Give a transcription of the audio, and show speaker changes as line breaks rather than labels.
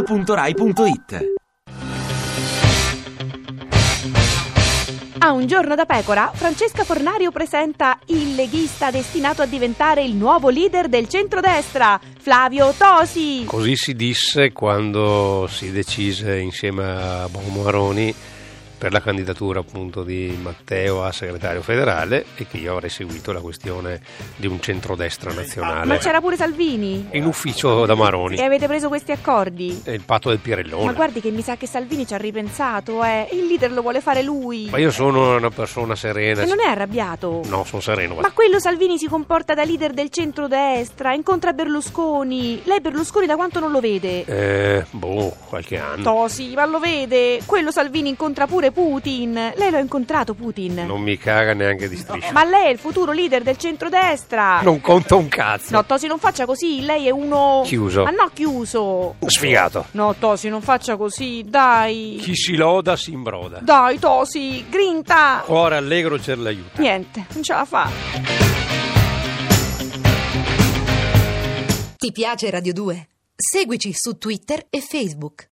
radio2pod.rai.it
A un giorno da pecora, Francesca Fornario presenta il leghista destinato a diventare il nuovo leader del centrodestra, Flavio Tosi.
Così si disse quando si decise insieme a Bomaroni per la candidatura appunto di Matteo a segretario federale e che io avrei seguito la questione di un centrodestra nazionale.
Ma c'era pure Salvini.
In ufficio da Maroni.
E avete preso questi accordi?
È il patto del
Ma
Pirellone. Ma,
guardi che mi sa che Salvini ci ha ripensato, eh. Il leader lo vuole fare lui.
io sono una persona serena.
E non è arrabbiato.
No, sono sereno.
Ma quello Salvini si comporta da leader del centrodestra, incontra Berlusconi. Lei Berlusconi da quanto non lo vede?
Eh, boh, qualche anno.
Tosi, ma lo vede? Quello Salvini incontra pure Putin. Lei l'ha incontrato Putin.
Non mi caga neanche di striscia.
Eh. Ma lei è il futuro leader del centrodestra.
Non conta un cazzo.
No, Tosi, non faccia così. Lei è uno.
Chiuso.
Ma no, chiuso.
Sfigato.
No, Tosi, non faccia così. Dai.
Chi si loda si imbroda.
Dai, Tosi, grinta.
Cuore allegro c'è l'aiuto.
Niente, non ce la fa.
Ti piace Radio 2? Seguici su Twitter e Facebook.